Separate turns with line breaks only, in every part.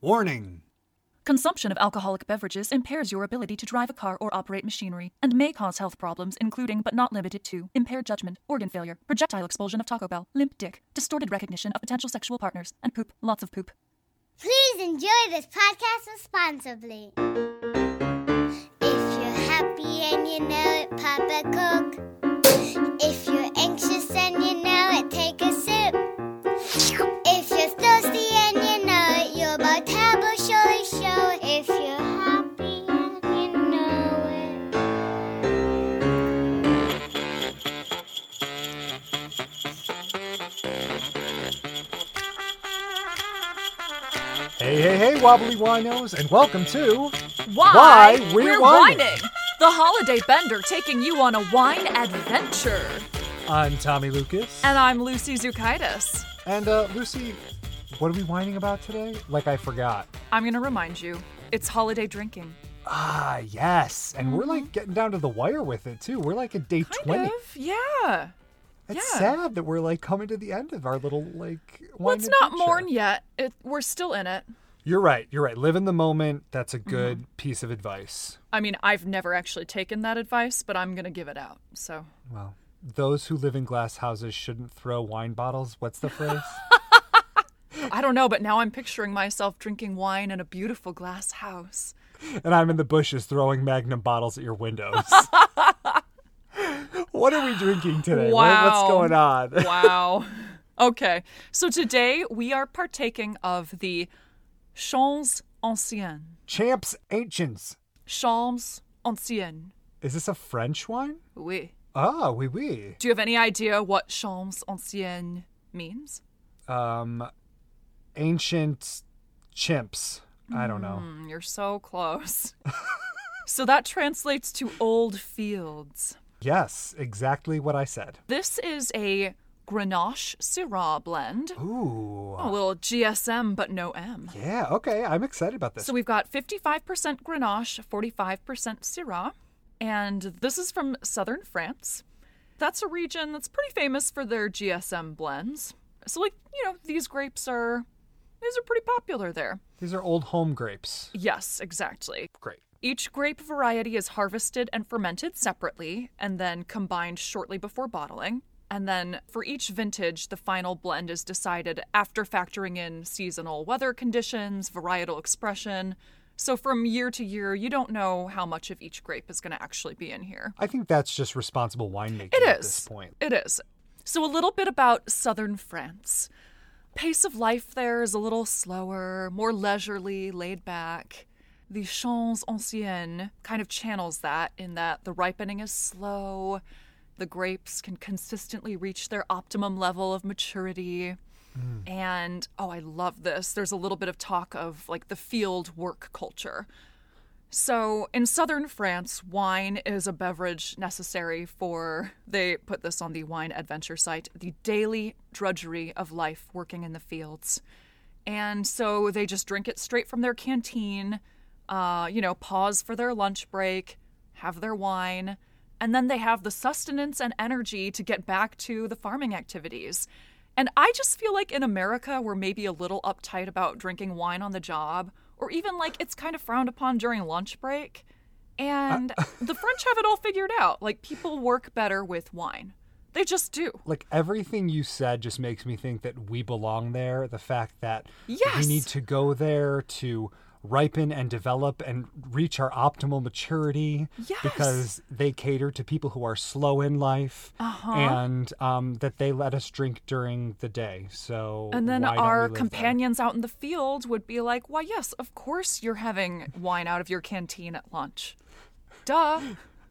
Warning!
Consumption of alcoholic beverages impairs your ability to drive a car or operate machinery and may cause health problems, including but not limited to impaired judgment, organ failure, projectile expulsion of Taco Bell, limp dick, distorted recognition of potential sexual partners, and poop. Lots of poop.
Please enjoy this podcast responsibly. If you're happy and you know it, pop a Coke. If you're anxious and you know it, take a sip. If you're thirsty and you know it, your tab will surely show it. If you're happy and you know it.
Hey, hey, hey, wobbly winos, and welcome to.
Why,
Why
we're,
we're
whining.
whining.
The Holiday Bender taking you on a wine adventure.
I'm Tommy Lucas.
And I'm Lucy Zukaitis.
And uh, Lucy, what are we whining about today? Like I forgot.
I'm going to remind you it's holiday drinking.
Ah, yes. And we're like getting down to the wire with it too. We're like at day
Mm-hmm.
20.
Kind of, yeah.
It's
yeah.
sad that we're like coming to the end of our little like. wine
Let's not
adventure.
mourn yet. It, we're still in it.
You're right. You're right. Live in the moment. That's
Mm-hmm.
a good piece of advice.
I mean, I've never actually taken that advice, but I'm going to give it out. So,
Well, those who live in glass houses shouldn't throw wine bottles. What's the phrase?
I don't know, but now I'm picturing myself drinking wine in a beautiful glass house.
and I'm in the bushes throwing magnum bottles at your windows. what are we drinking today? What-
Wow.
What's going on?
Wow. okay. So today we are partaking of the Champs Anciens.
Champs Ancients.
Champs Anciens.
Is this a French wine?
Oui.
Ah, oui, oui.
Do you have any idea what Champs Anciens means?
Um, ancient chimps. I don't know.
Mm, you're so close. so that translates to old fields.
Yes, exactly what I said.
This is a Grenache Syrah blend.
Ooh.
A little GSM, but no M.
Yeah, okay. I'm excited about this.
So we've got 55% Grenache, 45% Syrah, and this is from southern France. That's a region that's pretty famous for their GSM blends. So, like, you know, these grapes are. These are pretty popular there.
These are old home grapes.
Yes, exactly.
Great.
Each grape variety is harvested and fermented separately and then combined shortly before bottling. And then for each vintage, the final blend is decided after factoring in seasonal weather conditions, varietal expression. So from year to year, you don't know how much of each grape is going to actually be in here.
I think that's just responsible winemaking
It is.
at this point.
It is. So, a little bit about southern France. Pace of life there is a little slower, more leisurely, laid back. The Champs Anciennes kind of channels that in that the ripening is slow, the grapes can consistently reach their optimum level of maturity.
Hmm.
And oh, I love this. There's a little bit of talk of like the field work culture. So, in southern France, wine is a beverage necessary for, they put this on the wine adventure site, the daily drudgery of life working in the fields. And so they just drink it straight from their canteen, uh, you know, pause for their lunch break, have their wine, and then they have the sustenance and energy to get back to the farming activities. And I just feel like in America, we're maybe a little uptight about drinking wine on the job, or even like it's kind of frowned upon during lunch break. And the French have it all figured out. Like people work better with wine, they just do.
like everything you said just makes me think that we belong there. The fact that we
Yes.
need to go there to ripen and develop and reach our optimal maturity
Yes.
because they cater to people who are slow in life
Uh-huh.
and um, that they let us drink during the day. So
And then
why don't we
our
live there?
companions out in the field would be like, why, yes, of course you're having wine out of your canteen at lunch. Duh.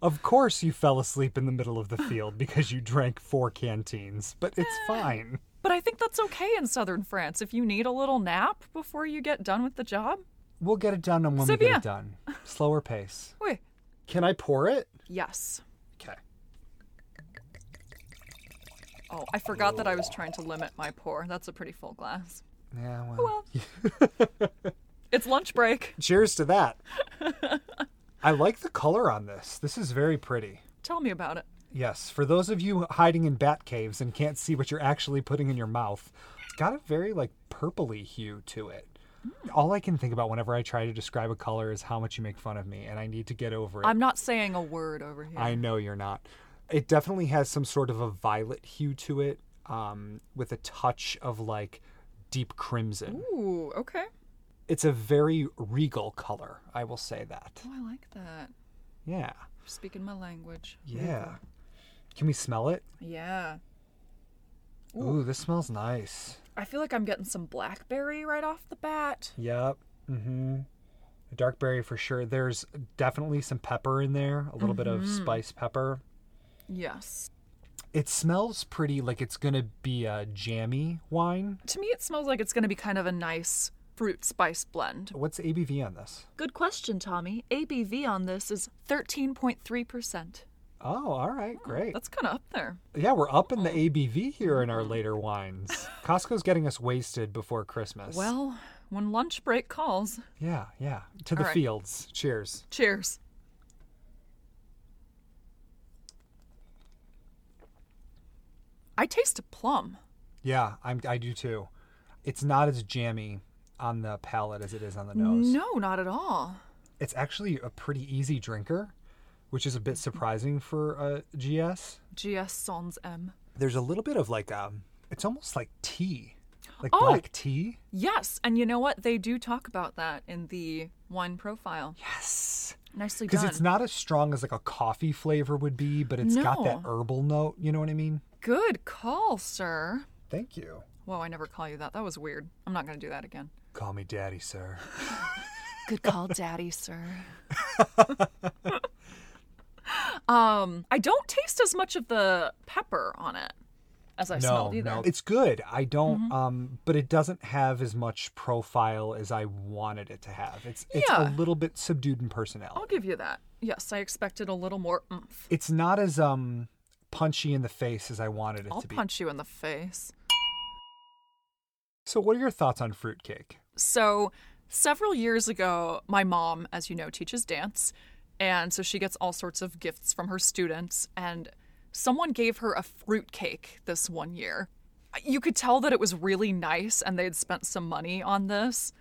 Of course you fell asleep in the middle of the field because you drank four canteens, but it's
Eh.
fine.
But I think that's okay in southern France if you need a little nap before you get done with the job.
We'll get it done and when we
C'est
get
bien.
it done. Slower pace.
Wait.
Can I pour it?
Yes.
Okay.
Oh, I forgot that I was trying to limit my pour. That's a pretty full glass.
Yeah, well.
Well, it's lunch break.
Cheers to that. I like the color on this. This is very pretty.
Tell me about it.
Yes, for those of you hiding in bat caves and can't see what you're actually putting in your mouth, it's got a very like purpley hue to it.
Hmm.
all I can think about whenever I try to describe a color is how much you make fun of me, and I need to get over it.
I'm not saying a word over here.
I know you're not. It definitely has some sort of a violet hue to it, um, with a touch of like deep crimson.
Ooh, okay.
It's a very regal color, I will say that.
Oh, I like that.
Yeah.
Speaking my language.
Yeah. Can we smell it?
Yeah.
Ooh, this smells nice.
I feel like I'm getting some blackberry right off the bat.
Yep. Mm-hmm. Dark berry for sure. There's definitely some pepper in there, a little bit of spice pepper.
Yes.
Mm-hmm. It smells pretty like it's gonna be a jammy wine.
To me, it smells like it's going to be kind of a nice fruit spice blend.
What's ABV on this?
Good question, Tommy. ABV on this is 13.3%.
Oh, all right, great.
That's kind of up there.
Yeah, we're up in the ABV here in our later wines. Costco's getting us wasted before Christmas.
Well, when lunch break calls,
yeah, yeah. To the
All right.
fields. Cheers.
cheers. I taste a plum.
Yeah, I'm, I do too. It's not as jammy on the palate as it is on the nose.
No, not at all.
It's actually a pretty easy drinker, which is a bit surprising for a GS.
GS Sans M.
There's a little bit of like um, it's almost like tea, like
Oh.
black tea.
Yes, and you know what? They do talk about that in the wine profile.
Yes.
Nicely
Because
done.
it's not as strong as like a coffee flavor would be, but it's got that
No.
herbal note. You know what I mean?
Good call, sir.
Thank you.
Whoa, I never call you that. That was weird. I'm not going to do that again.
Call me daddy, sir.
Good call, daddy, sir. um, I don't taste as much of the pepper on it as I
no,
smelled either. Mm-hmm.
no, it's good. I don't, um, but it doesn't have as much profile as I wanted it to have. It's it's a
Yeah.
little bit subdued in personality.
I'll give you that. Yes, I expected a little more oomph.
It's not as um punchy in the face as I wanted it
I'll
to be.
punch you in the face.
So, what are your thoughts on fruitcake?
So, several years ago, my mom, as you know, teaches dance. And so she gets all sorts of gifts from her students. And someone gave her a fruitcake this one year. You could tell that it was really nice and they had spent some money on this,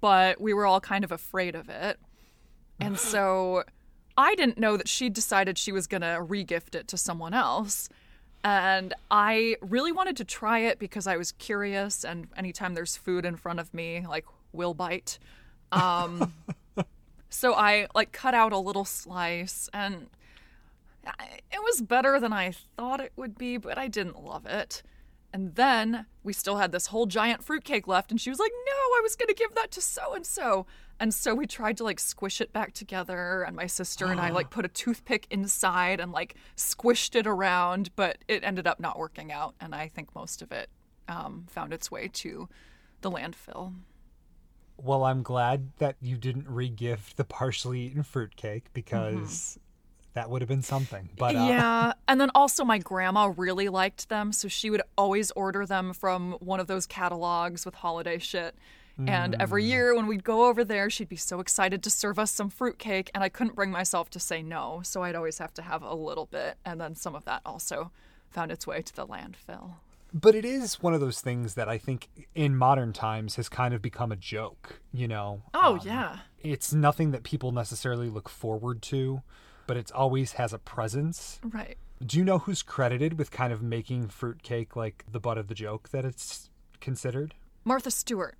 but we were all kind of afraid of it. And so I didn't know that she decided she was going to regift it to someone else. And I really wanted to try it because I was curious. And anytime there's food in front of me, like, will bite. Um, so I like cut out a little slice and I- it was better than I thought it would be, but I didn't love it. And then we still had this whole giant fruitcake left, and she was like, No, I was gonna give that to so and so. And so we tried to like squish it back together, and my sister and I like put a toothpick inside and like squished it around, but it ended up not working out. And I think most of it um, found its way to the landfill.
Well, I'm glad that you didn't re-gift the partially eaten fruitcake because that would have been something. But uh,
Mm-hmm. yeah. And then also, my grandma really liked them. So she would always order them from one of those catalogs with holiday shit. And every year when we'd go over there, she'd be so excited to serve us some fruitcake. And I couldn't bring myself to say no. So I'd always have to have a little bit. And then some of that also found its way to the landfill.
but it is one of those things that I think in modern times has kind of become a joke. You know?
Oh,
Um,
yeah.
It's nothing that people necessarily look forward to, but it's always has a presence.
Right.
Do you know who's credited with kind of making fruitcake like the butt of the joke that it's considered?
Martha Stewart.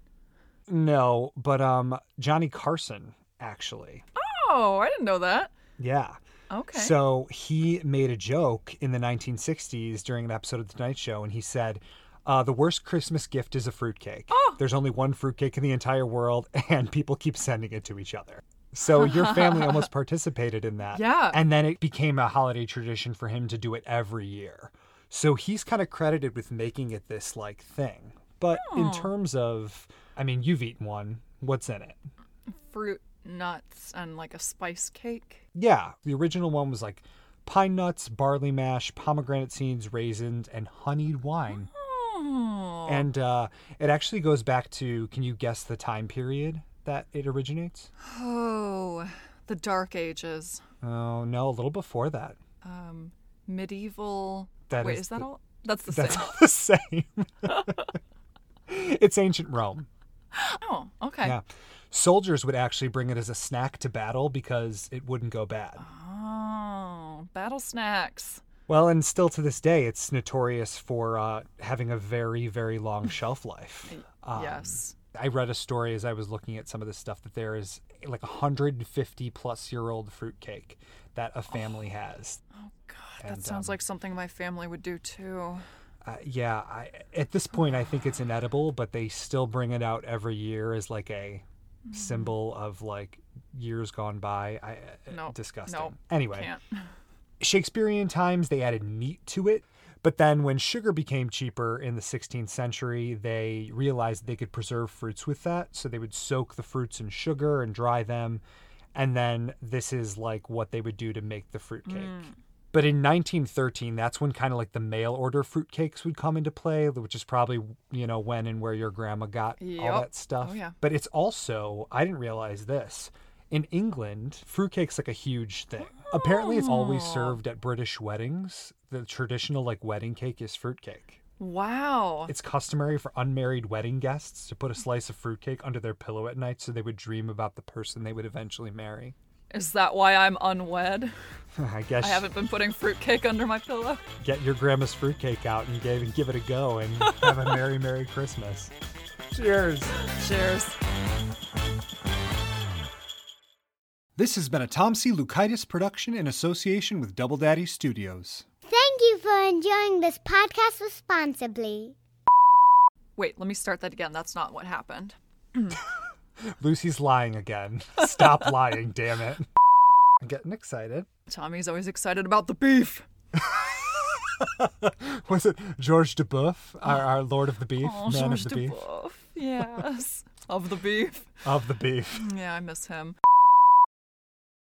No, but um, Johnny Carson actually.
Oh, I didn't know that.
Yeah.
Okay.
So he made a joke in the 1960s during an episode of The Tonight Show, and he said, uh, "The worst Christmas gift is a fruitcake.
Oh.
There's only one fruitcake in the entire world, and people keep sending it to each other." So your family almost participated in that.
Yeah.
And then it became a holiday tradition for him to do it every year. So he's kind of credited with making it this like thing. But
Oh.
in terms of, I mean, you've eaten one. What's in it?
Fruit, nuts, and like a spice cake.
Yeah, the original one was like pine nuts, barley mash, pomegranate seeds, raisins, and honeyed wine.
Oh.
And uh, it actually goes back to can you guess the time period that it originates?
Oh, the Dark Ages,
Oh, no, a little before that.
medieval.
That
Wait,
is
is, that
the-
all? That's the
That's
same.
all the same. it's ancient Rome.
Oh, okay. Okay.
Yeah. Soldiers would actually bring it as a snack to battle because it wouldn't go bad.
Oh, battle snacks.
Well, and still to this day, it's notorious for uh, having a very, very long shelf life. Um,
yes.
I read a story as I was looking at some of this stuff that there is like a 150 plus year old fruitcake that a family has.
God,
and,
that sounds
um,
like something my family would do too.
Uh, yeah, I, at this point, I think it's inedible, but they still bring it out every year as like a symbol of like years gone by. I, uh,
No,
disgusting.
no,
anyway,
Can't.
Shakespearean times, they added meat to it. But then when sugar became cheaper in the 16th century, they realized they could preserve fruits with that. So they would soak the fruits in sugar and dry them. And then this is like what they would do to make the fruitcake. But in 1913, that's when kind of like the mail order fruitcakes would come into play, which is probably, you know, when and where your grandma got all
Yep.
that stuff.
Oh, yeah.
But it's also, I didn't realize this. In England, fruitcake's like a huge thing. Apparently, it's always
Oh.
served at British weddings. The traditional like wedding cake is fruitcake.
Wow.
It's customary for unmarried wedding guests to
Hmm.
put a slice of fruitcake under their pillow at night so they would dream about the person they would eventually marry.
Is that why I'm unwed?
I guess
I haven't been putting fruitcake under my pillow.
get your grandma's fruitcake out and give, give it a go and have a merry, merry Christmas. Cheers.
Cheers.
This has been a Tom C. Lukaitis production in association with Double Daddy Studios.
Thank you for enjoying this podcast responsibly.
Wait, let me start that again. That's not what happened.
Lucy's lying again. Stop lying, damn it. I'm getting excited.
Tommy's always excited about the beef.
Was it George DeBoeuf, our, our Lord of the Beef,
Oh,
Man
George
of the Beef?
DeBoeuf. Yes. of the beef.
Of the Beef.
Yeah, I miss him.